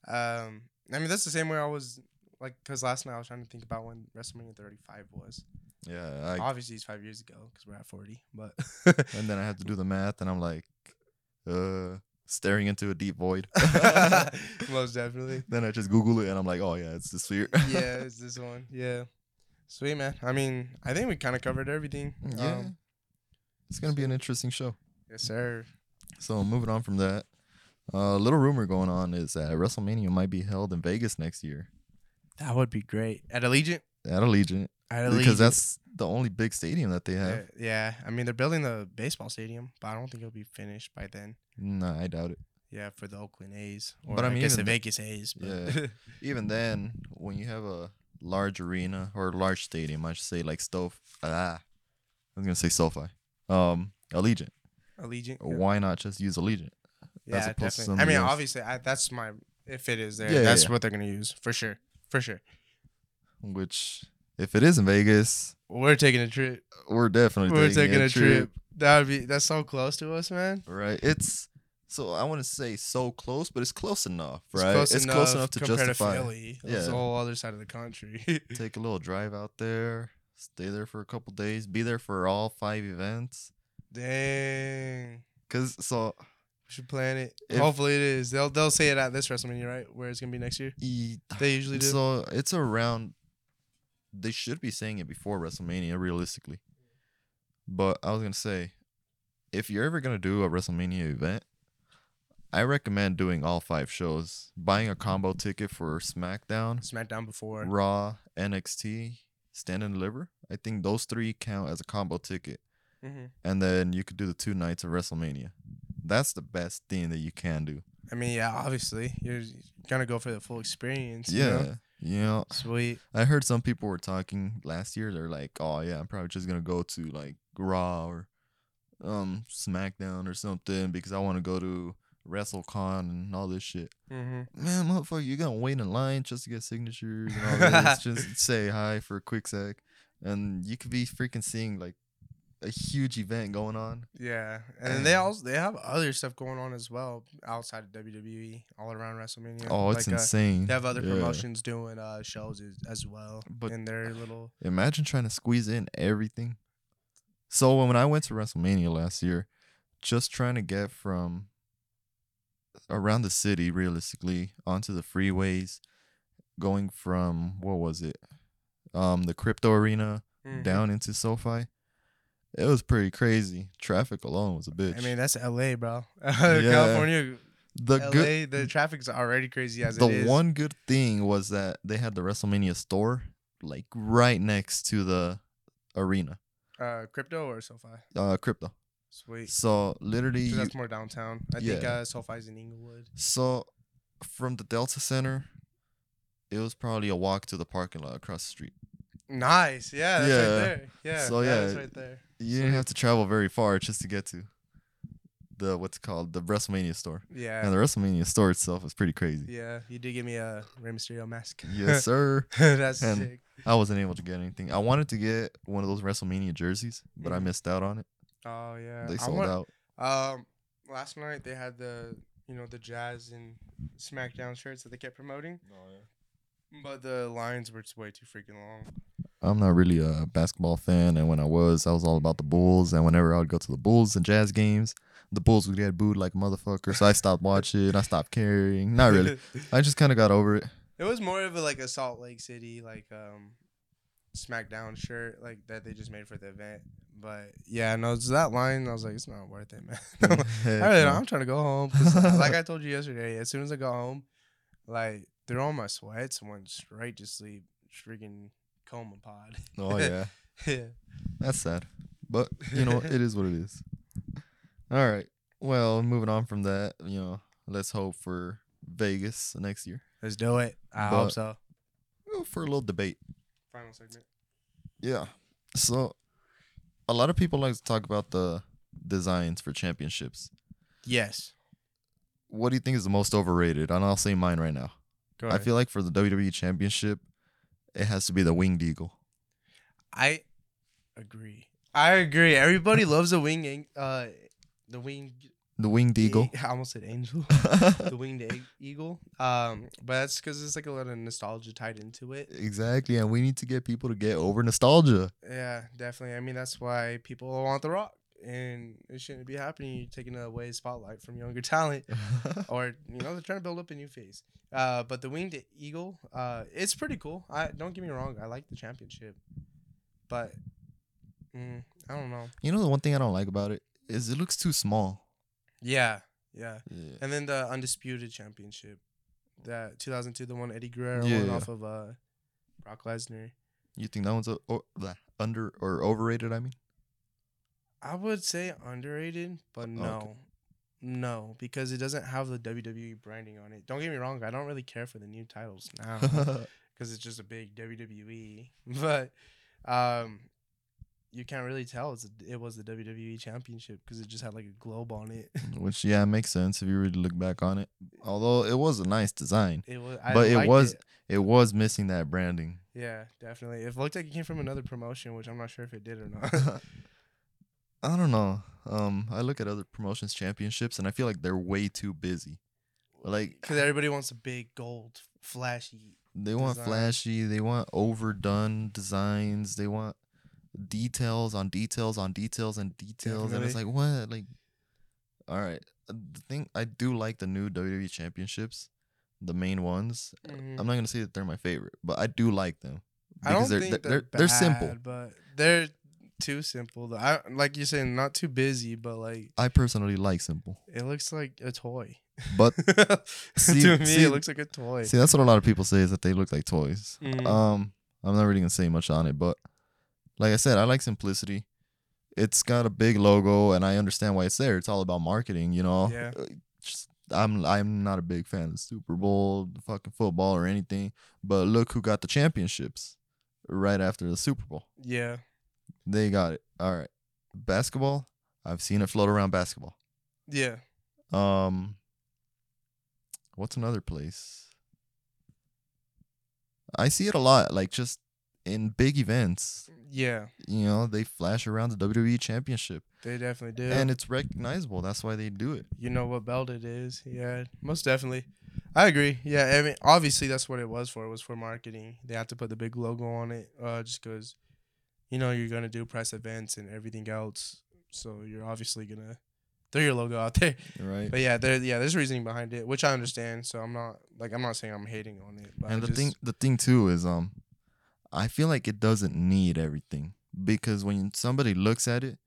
B: Um, I mean, that's the same way I was like, because last night I was trying to think about when WrestleMania 35 was.
A: Yeah, I,
B: Obviously, it's five years ago because we're at 40, but
A: and then I have to do the math and I'm like uh staring into a deep void.
B: most definitely.
A: then I just google it and I'm like, "Oh yeah, it's this year."
B: Yeah, it's this one. Yeah. Sweet man. I mean, I think we kind of covered everything.
A: Yeah.
B: Um,
A: it's gonna be an interesting show.
B: yes, sir.
A: So moving on from that, a uh, little rumor going on is that WrestleMania might be held in Vegas next year
B: That would be great at Allegiant.
A: at Allegiant
B: At
A: because
B: Allegiant.
A: that's the only big stadium that they have.
B: Uh, yeah. I mean, they're building the baseball stadium, but I don't think it'll be finished by then.
A: Nah, I doubt it.
B: Yeah, for the Oakland A's, or
A: But I
B: I,
A: mean,
B: guess the
A: even the-
B: Vegas A's. But
A: Yeah. Even then, when you have a large arena or a large stadium, I should say like Stof. Ah, I was gonna say SoFi. Um, Allegiant.
B: Allegiant. yeah.
A: Why not just use Allegiant? as
B: Yeah,
A: opposed to
B: definitely. I mean,
A: something else.
B: obviously, I, that's my if it is there,
A: Yeah, yeah,
B: that's
A: yeah.
B: what they're gonna use for sure, for sure.
A: Which, if it is in Vegas,
B: We're taking a trip.
A: we're definitely
B: We're
A: taking, a, trip.
B: That would be that's so close to us, man.
A: Right. It's so I want to say so close, but it's close enough,
B: It's
A: right?
B: close, enough
A: to
B: compared
A: justify.
B: to Philly.
A: Yeah.
B: It's the whole other side of the country.
A: Take a little drive out there, stay there for a couple days, be there for all five events.
B: Dang, we
A: Cause so
B: should plan it.
A: If-
B: Hopefully, it is. They'll they'll say it at this WrestleMania, right? Where it's gonna be next year.
A: e-
B: They usually do.
A: so it's around. They should be saying it before WrestleMania, realistically. But I was gonna say, if you're ever gonna do a WrestleMania event, I recommend doing all five shows. Buying a combo ticket for SmackDown,
B: SmackDown before.
A: Raw, NXT, Stand and Deliver. I think those three count as a combo ticket.
B: hmm
A: And then you could do the two nights of WrestleMania. That's the best thing that you can do.
B: I mean, yeah, obviously, you're gonna go for the full experience. you
A: Yeah.
B: know?
A: You know,
B: Sweet.
A: I heard some people were talking last year. They're like, "Oh yeah, I'm probably just gonna go to like Raw or um SmackDown or something because I want to go to WrestleCon and all this shit."
B: Mm-hmm.
A: Man, motherfucker, you gonna wait in line just to get signatures and all this? just say hi for a quick sec, and you could be freaking seeing like a huge event going on.
B: Yeah, and then they
A: And-
B: also they have other stuff going on as well outside of WWE, all around WrestleMania.
A: oh, it's
B: Like, uh,
A: insane.
B: they have other
A: Yeah.
B: promotions doing uh, shows as, as well
A: But-
B: in their little.
A: Imagine trying to squeeze in everything. So when, when I went to WrestleMania last year, just trying to get from around the city realistically onto the freeways, going from what was it? Um the crypto arena
B: Mm-hmm.
A: down into SoFi. It was pretty crazy. Traffic alone was a bitch.
B: I mean, that's LA, bro.
A: Yeah.
B: California,
A: the
B: LA,
A: good
B: the traffic's already crazy as
A: the
B: it is.
A: one good thing was that they had the WrestleMania store like right next to the arena.
B: uh, crypto or SoFi.
A: Uh crypto.
B: Sweet.
A: So literally,
B: 'Cause
A: you,
B: that's more downtown. I think
A: Yeah.
B: uh, SoFi's in Inglewood.
A: so from the Delta Center, it was probably a walk to the parking lot across the street.
B: Nice. Yeah, that's
A: Yeah.
B: right there. Yeah.
A: So, yeah.
B: That's right there.
A: You didn't have to travel very far just to get to the what's it called the WrestleMania store,
B: Yeah.
A: and the WrestleMania store itself is pretty crazy.
B: yeah. You did give me a Rey Mysterio mask.
A: Yes, sir.
B: that's
A: And-
B: sick.
A: I wasn't able to get anything. I wanted to get one of those WrestleMania jerseys, but I
B: Mhm.
A: missed out on it.
B: Oh yeah,
A: They
B: I
A: sold
B: want-
A: out.
B: Um, last night they had the you know the Jazz and SmackDown shirts that they kept promoting, but the lines were just way too freaking long.
A: I'm not really a basketball fan, and when I was, I was all about the Bulls. And whenever I would go to the Bulls and Jazz games, the Bulls would get booed like a motherfucker. So I stopped watching. I stopped caring. Not really. I just kind of got over it.
B: it was more of a, like a Salt Lake City like um SmackDown shirt like that they just made for the event. But yeah, no, it's that line. I was like, it's not worth it, man. I'm like, I really don't. I'm trying to go home. 'cause, uh, like I told you yesterday, as soon as I got home, like threw on my sweats and went straight to sleep, freaking coma pod.
A: oh yeah,
B: yeah.
A: that's sad. But you know, it is what it is. All right. Well, moving on from that, you know, let's hope for Vegas next year
B: Let's do it. I
A: But-
B: hope so.
A: Go for a little debate.
B: Final segment.
A: Yeah. So, a lot of people like to talk about the designs for championships.
B: Yes.
A: what do you think is the most overrated? And I'll say mine right now.
B: Go
A: I feel like for the WWE Championship, it has to be the winged eagle.
B: I agree. I agree. Everybody loves the wing. ang- Uh, the wing
A: The winged eagle.
B: I almost said angel. the winged ea- eagle. Um, but that's because it's like a lot of nostalgia tied into it.
A: exactly. And we need to get people to get over nostalgia.
B: Yeah, definitely. I mean, that's why people want the Rock, and it shouldn't be happening. You're taking away spotlight from younger talent. or you know they're trying to build up a new phase. Uh, but the winged eagle, uh, it's pretty cool. I don't get me wrong, I like the championship, But mm, I don't know.
A: You know the one thing I don't like about it is it looks too small.
B: Yeah, yeah.
A: Yeah.
B: And then the undisputed championship, that 2002, the one Eddie Guerrero
A: Yeah,
B: won
A: yeah.
B: off of uh, Brock Lesnar.
A: You think that one's a, o bleh, under or overrated? I mean,
B: I would say underrated, but no, no, because it doesn't have the WWE branding on it. Don't get me wrong, I don't really care for the new titles now because it's just a big WWE. But um, you can't really tell it's it was the WWE championship because it just had like a globe on it.
A: which yeah makes sense if you really look back on it. Although it was a nice design,
B: It was, I
A: But it
B: liked
A: was- it was missing that branding.
B: Yeah, definitely. It looked like it came from another promotion, which I'm not sure if it did or not.
A: I don't know. Um, I look at other promotions championships and I feel like they're way too busy. Like
B: Because everybody wants a big gold flashy.
A: they want
B: Design.
A: flashy, they want overdone designs, they want details on details on details and details, and it's like what? Like, all right. Uh, The thing I do like the new WWE championships, the main ones. I'm not gonna say that they're my favorite, but I do like them
B: mm, I don't
A: they're
B: think
A: they're they're, they're simple.
B: bad, but they're too simple. though. I like you're saying, not too busy, but like
A: I personally like simple,
B: it looks like a toy.
A: but See-
B: to me,
A: see-
B: it looks like a toy.
A: See, that's what a lot of people say is that they look like toys.
B: Mhm.
A: Um, I'm not really gonna say much on it, but like I said, I like simplicity. It's got a big logo, and I understand why it's there. It's all about marketing, you know.
B: Yeah.
A: Uh, Just, I'm I'm not a big fan of the Super Bowl, the fucking football, or anything. But look who got the championships right after the Super Bowl.
B: yeah,
A: They got it. All right, basketball. I've seen it float around basketball.
B: yeah.
A: Um, what's another place? I see it a lot, like just in big events.
B: Yeah,
A: You know, they flash around the WWE Championship,
B: they definitely do.
A: and it's recognizable. That's why they do it.
B: you know what belt it is. Yeah, most definitely. I agree. Yeah, I mean, obviously that's what it was for. It was for marketing. They have to put the big logo on it, uh, just because, you know, you're gonna do press events and everything else. So you're obviously gonna throw your logo out there.
A: Right.
B: But yeah, there, yeah, there's reasoning behind it, which I understand. So I'm not like I'm not saying I'm hating on it. But I
A: And the
B: just-
A: thing, the thing too is, um, I feel like it doesn't need everything because when somebody looks at it,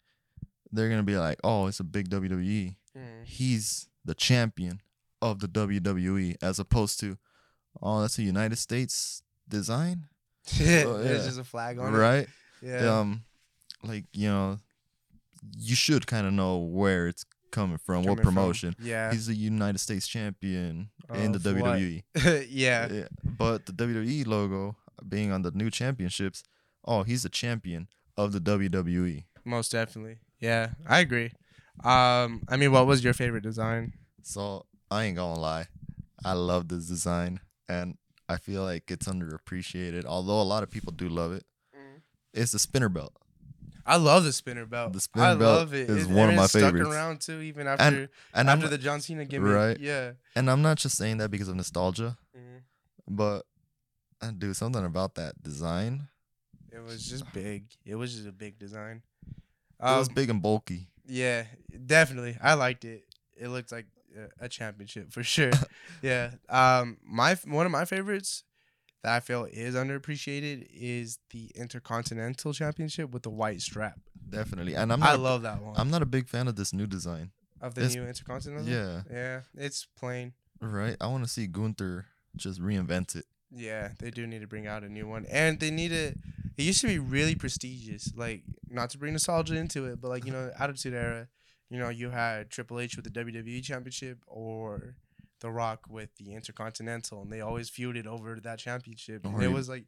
A: they're gonna be like, "Oh, it's a big E." WWE."
B: Mm,
A: he's the champion of the WWE as opposed to oh that's a United States design Oh,
B: there's
A: yeah.
B: just a flag on
A: right
B: it. Yeah,
A: um like you know you should kind of know where it's coming from
B: coming
A: what
B: from-
A: promotion
B: Yeah,
A: he's the United States champion in the
B: Of what?
A: WWE
B: yeah,
A: Yeah. but the WWE logo being on the new championships oh he's the champion of the E. WWE
B: most definitely. Yeah, I agree. Um, I mean, what was your favorite design?
A: So I ain't gonna lie, I love this design, and I feel like it's underappreciated. Although a lot of people do love it,
B: Mm.
A: it's the spinner belt.
B: I love the spinner belt.
A: The spinner
B: I
A: belt
B: love it.
A: is
B: It-
A: one of
B: and
A: my
B: it's stuck
A: favorites.
B: around too, even after
A: And
B: after
A: I'm
B: the John Cena gimmick.
A: right.
B: Yeah. Mm-hmm.
A: and I'm not just saying that because of nostalgia, but uh, dude, something about that design.
B: It was just big. It was just a big design.
A: it was
B: Um,
A: big and bulky.
B: Yeah, definitely. I liked it. It looked like a- a championship for sure. yeah. Um, my one of my favorites that I feel is underappreciated is the Intercontinental Championship with the white strap.
A: Definitely, and I'm not.
B: I
A: a-
B: love that one
A: I'm not a big fan of this new design.
B: of the
A: it's-
B: new Intercontinental.
A: Yeah,
B: Yeah, it's plain.
A: right. I want to see Gunther just reinvent it.
B: Yeah, they do need to bring out a new one, and they need to. It used to be really prestigious, like not to bring nostalgia into it, but like you know, Attitude Era. You know, you had Triple H with the WWE Championship or The Rock with the Intercontinental, and they always feuded over that championship.
A: Or
B: And it
A: even-
B: was like,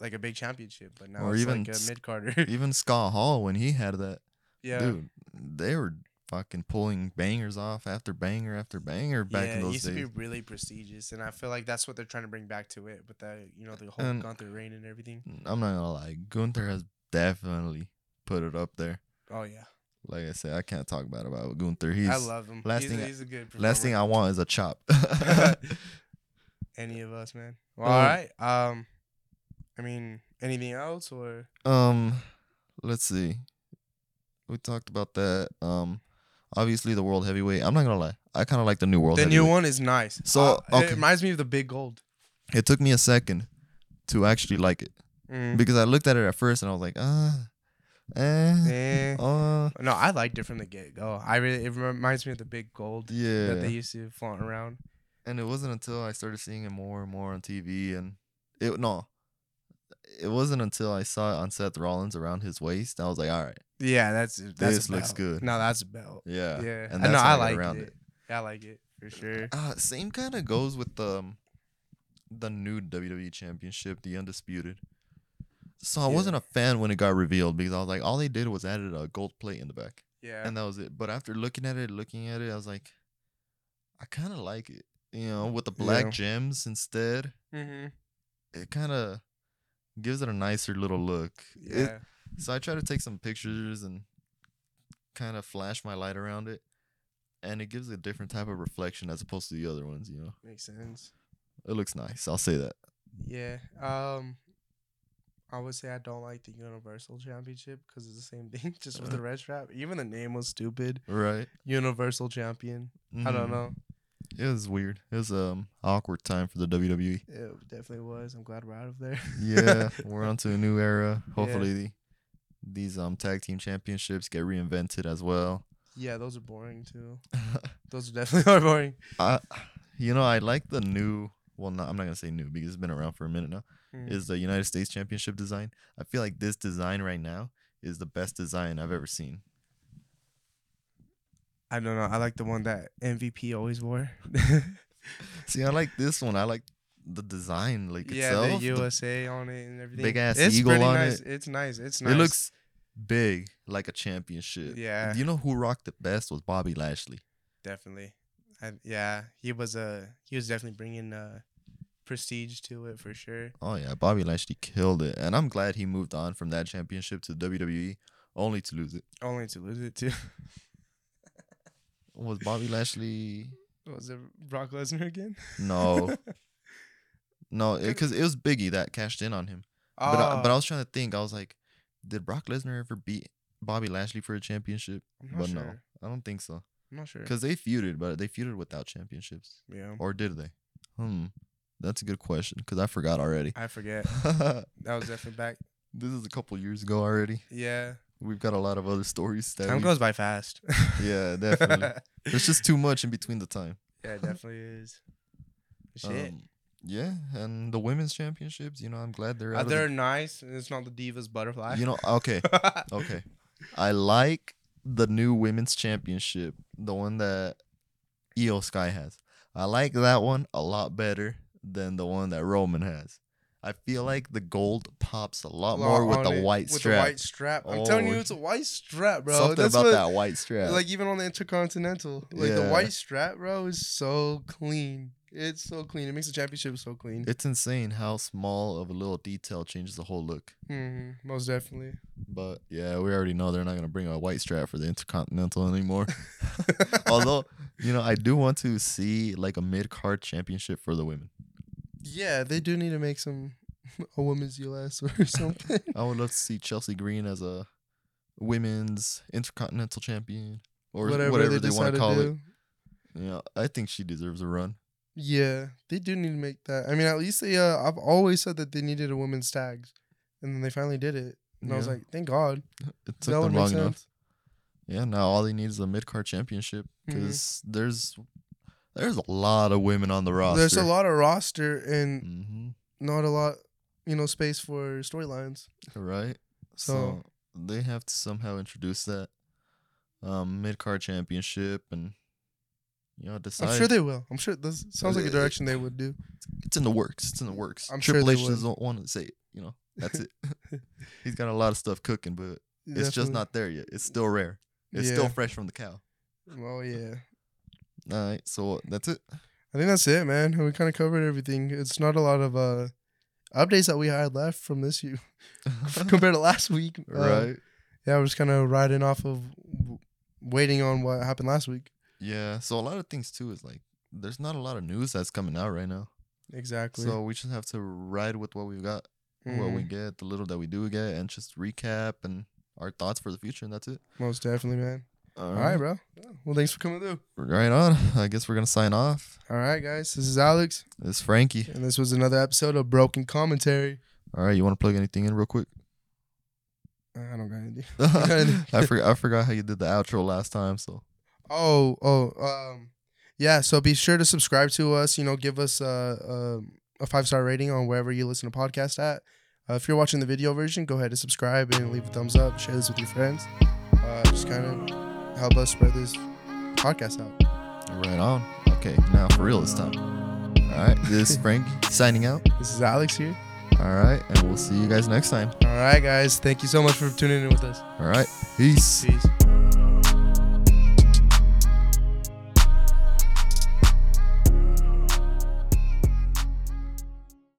B: like a big championship, but now
A: Or
B: it's
A: even
B: like
A: s-
B: a mid Carter.
A: Even Scott Hall when he had that.
B: yeah,
A: Dude, they were fucking pulling bangers off after banger after banger back
B: yeah,
A: in
B: it
A: those
B: used
A: days.
B: to be really prestigious, and I feel like that's what they're trying to bring back to it with that, you know, the whole
A: And-
B: Gunther reign and everything.
A: I'm not gonna lie, Gunther has definitely put it up there.
B: Oh yeah,
A: Like I said, I can't talk bad about Gunther. He's
B: I love him.
A: last
B: he's,
A: thing I-
B: he's a good.
A: last
B: performer.
A: thing I want is a chop.
B: any of us, man. Well,
A: Um,
B: all right. Um, I mean, anything else or
A: um, let's see. We talked about that. Um, obviously the world heavyweight. I'm not gonna lie, I kind of like the new world.
B: the new
A: heavyweight.
B: one is nice.
A: So,
B: Uh,
A: okay.
B: it reminds me of the big gold.
A: It took me a second to actually like it.
B: Mm.
A: because I looked at it at first and I was like, ah, eh,
B: Eh.
A: oh,
B: No, I liked it from the get go. I really it reminds me of the big gold that they
A: yeah.
B: used to flaunt around.
A: And it wasn't until I started seeing it more and more on TV and it no, it wasn't until I saw it on Seth Rollins around his waist I was like, all right,
B: Yeah, that's that's a
A: This looks
B: belt.
A: good.
B: No, that's a belt.
A: yeah,
B: Yeah,
A: And
B: I
A: that's
B: know
A: how
B: I
A: I got
B: like
A: around
B: it.
A: it.
B: I like it for sure.
A: Uh, same kind of goes with the um, the new WWE Championship, the Undisputed. So I
B: Yeah.
A: wasn't a fan when it got revealed because I was like, all they did was added a gold plate in the back,
B: Yeah,
A: and that was it. But after looking at it, looking at it, I was like, I kind of like it, you know, with the black
B: Yeah.
A: gems instead.
B: mm-hmm.
A: It kind of gives it a nicer little look. It-
B: Mm, yeah.
A: so I try to take some pictures and kind of flash my light around it, and it gives a different type of reflection as opposed to the other ones, you know.
B: makes sense.
A: It looks nice. I'll say that.
B: Yeah. Um, I would say I don't like the Universal Championship because it's the same thing, just
A: Uh-huh.
B: with the red strap. Even the name was stupid.
A: Right.
B: Universal Champion. I don't
A: Mhm.
B: know.
A: It was weird. It was um awkward time for the WWE.
B: It definitely was. I'm glad we're out of there.
A: Yeah, we're on to a new era. Hopefully the, these um tag team championships get reinvented as well.
B: yeah, those are boring too. Those are definitely are boring.
A: I you know, I like the new well not, I'm not gonna say new because it's been around for a minute now.
B: Mm.
A: Is the United States Championship design. I feel like this design right now is the best design I've ever seen.
B: I don't know. I like the one that MVP always wore.
A: See, I like this one. I like the design like
B: yeah,
A: itself.
B: the
A: the-
B: USA on it and everything.
A: big-ass
B: it's
A: eagle
B: pretty
A: on
B: nice. It's nice. It's nice.
A: It looks big, like a championship.
B: Yeah.
A: You know who rocked it best was Bobby Lashley.
B: definitely. I, yeah, he was uh, he was definitely bringing uh, prestige to it for sure.
A: Oh yeah, Bobby Lashley killed it, and I'm glad he moved on from that championship to WWE, only to lose it.
B: Only to lose it to
A: Was Bobby Lashley?
B: was it Brock Lesnar again?
A: No, no, because it, was Biggie that cashed in on him.
B: Oh,
A: But I, but I was trying to think. I was like, did Brock Lesnar ever beat Bobby Lashley for a championship?
B: am not
A: but
B: sure.
A: no, I don't think so.
B: I'm not sure. Mm.
A: Because they feuded, but they feuded without championships,
B: Yeah,
A: or did they? Hmm, that's a good question because I forgot already.
B: I forget. That was definitely back.
A: This is a couple years ago already.
B: Yeah,
A: We've got a lot of other stories. That
B: time
A: we-
B: goes by fast.
A: Yeah, definitely. There's just too much in between the time.
B: yeah, it definitely is. Shit.
A: Um, yeah, and the women's championships. You know, I'm glad they're
B: Uh,
A: out.
B: they're
A: There,
B: nice. and It's not the divas butterfly.
A: you know, okay, okay. I like the new women's championship, the one that Io Sky has. I like that one a lot better than the one that Roman has. I feel like the gold pops a lot more with
B: Hmm. on
A: the
B: it,
A: white
B: with
A: strap.
B: The white strap. I'm telling you,
A: Oh.
B: it's a white strap, bro.
A: Something
B: That's
A: about
B: what,
A: that white strap.
B: Like even on the Intercontinental, like the
A: Yeah.
B: white strap, bro, is so clean. It's so clean. It makes the championship so clean.
A: it's insane how small of a little detail changes the whole look.
B: hmm most definitely.
A: But yeah, we already know they're not gonna bring a white strap for the Intercontinental anymore. Although, you know, I do want to see like a mid card championship for the women.
B: yeah, they do need to make some a woman's US or something.
A: I would love to see Chelsea Green as a women's Intercontinental champion or whatever, they, want to call it. You know, I think she deserves a run.
B: Yeah, they do need to make that. I mean, at least they. Uh, I've always said that they needed a women's tags, and then they finally did it. And I was
A: Yeah.
B: like, thank God.
A: It
B: that
A: took
B: would
A: them
B: make
A: long
B: sense.
A: enough. Yeah, now all they need is a mid card championship
B: Mhm.
A: because there's there's a lot of women on the roster.
B: There's a lot of roster and
A: hmm
B: not a lot, you know, space for storylines.
A: Right. So,
B: So-
A: they have to somehow introduce that um, mid card championship and you know decide.
B: I'm sure they will. I'm sure this sounds like a direction they would do.
A: it's in the works. It's in the works.
B: I'm sure
A: Triple
B: they
A: H
B: would.
A: doesn't want to say it. You know, that's it. He's got a lot of stuff cooking, but it's just not there yet. It's still rare. It's still fresh from the cow.
B: Oh yeah.
A: All right. So that's it.
B: I think that's it, man. We kind of covered everything. It's not a lot of uh updates that we had left from this year compared to last week. Uh,
A: right.
B: Yeah, we're just kind of riding off of w- waiting on what happened last week.
A: Yeah. So a lot of things too is like there's not a lot of news that's coming out right now.
B: Exactly. Mm-hmm.
A: So we just have to ride with what we've got. what we get, the little that we do get, and just recap and our thoughts for the future, and that's it.
B: most definitely, man. All right, bro. Well, thanks for coming through.
A: right on. I guess we're gonna sign off.
B: All right, guys. This is Alex,
A: It's Frankie.
B: and this was another episode of Broken Commentary.
A: All right, you want to plug anything in real quick?
B: I don't got anything.
A: Uh-huh. I forgot. I forgot how you did the outro last time. So
B: Oh, oh, um, yeah. So be sure to subscribe to us. You know, give us a a, a five star rating on wherever you listen to podcast at. Uh, if you're watching the video version, go ahead and subscribe and leave a thumbs up. Share this with your friends. Uh, just kind of help us spread this podcast out.
A: right on. Okay, now for real this time. All right, this is Frank signing out.
B: This is Alex here.
A: All right, and we'll see you guys next time.
B: All right, guys. Thank you so much for tuning in with us.
A: All right, peace.
B: Peace.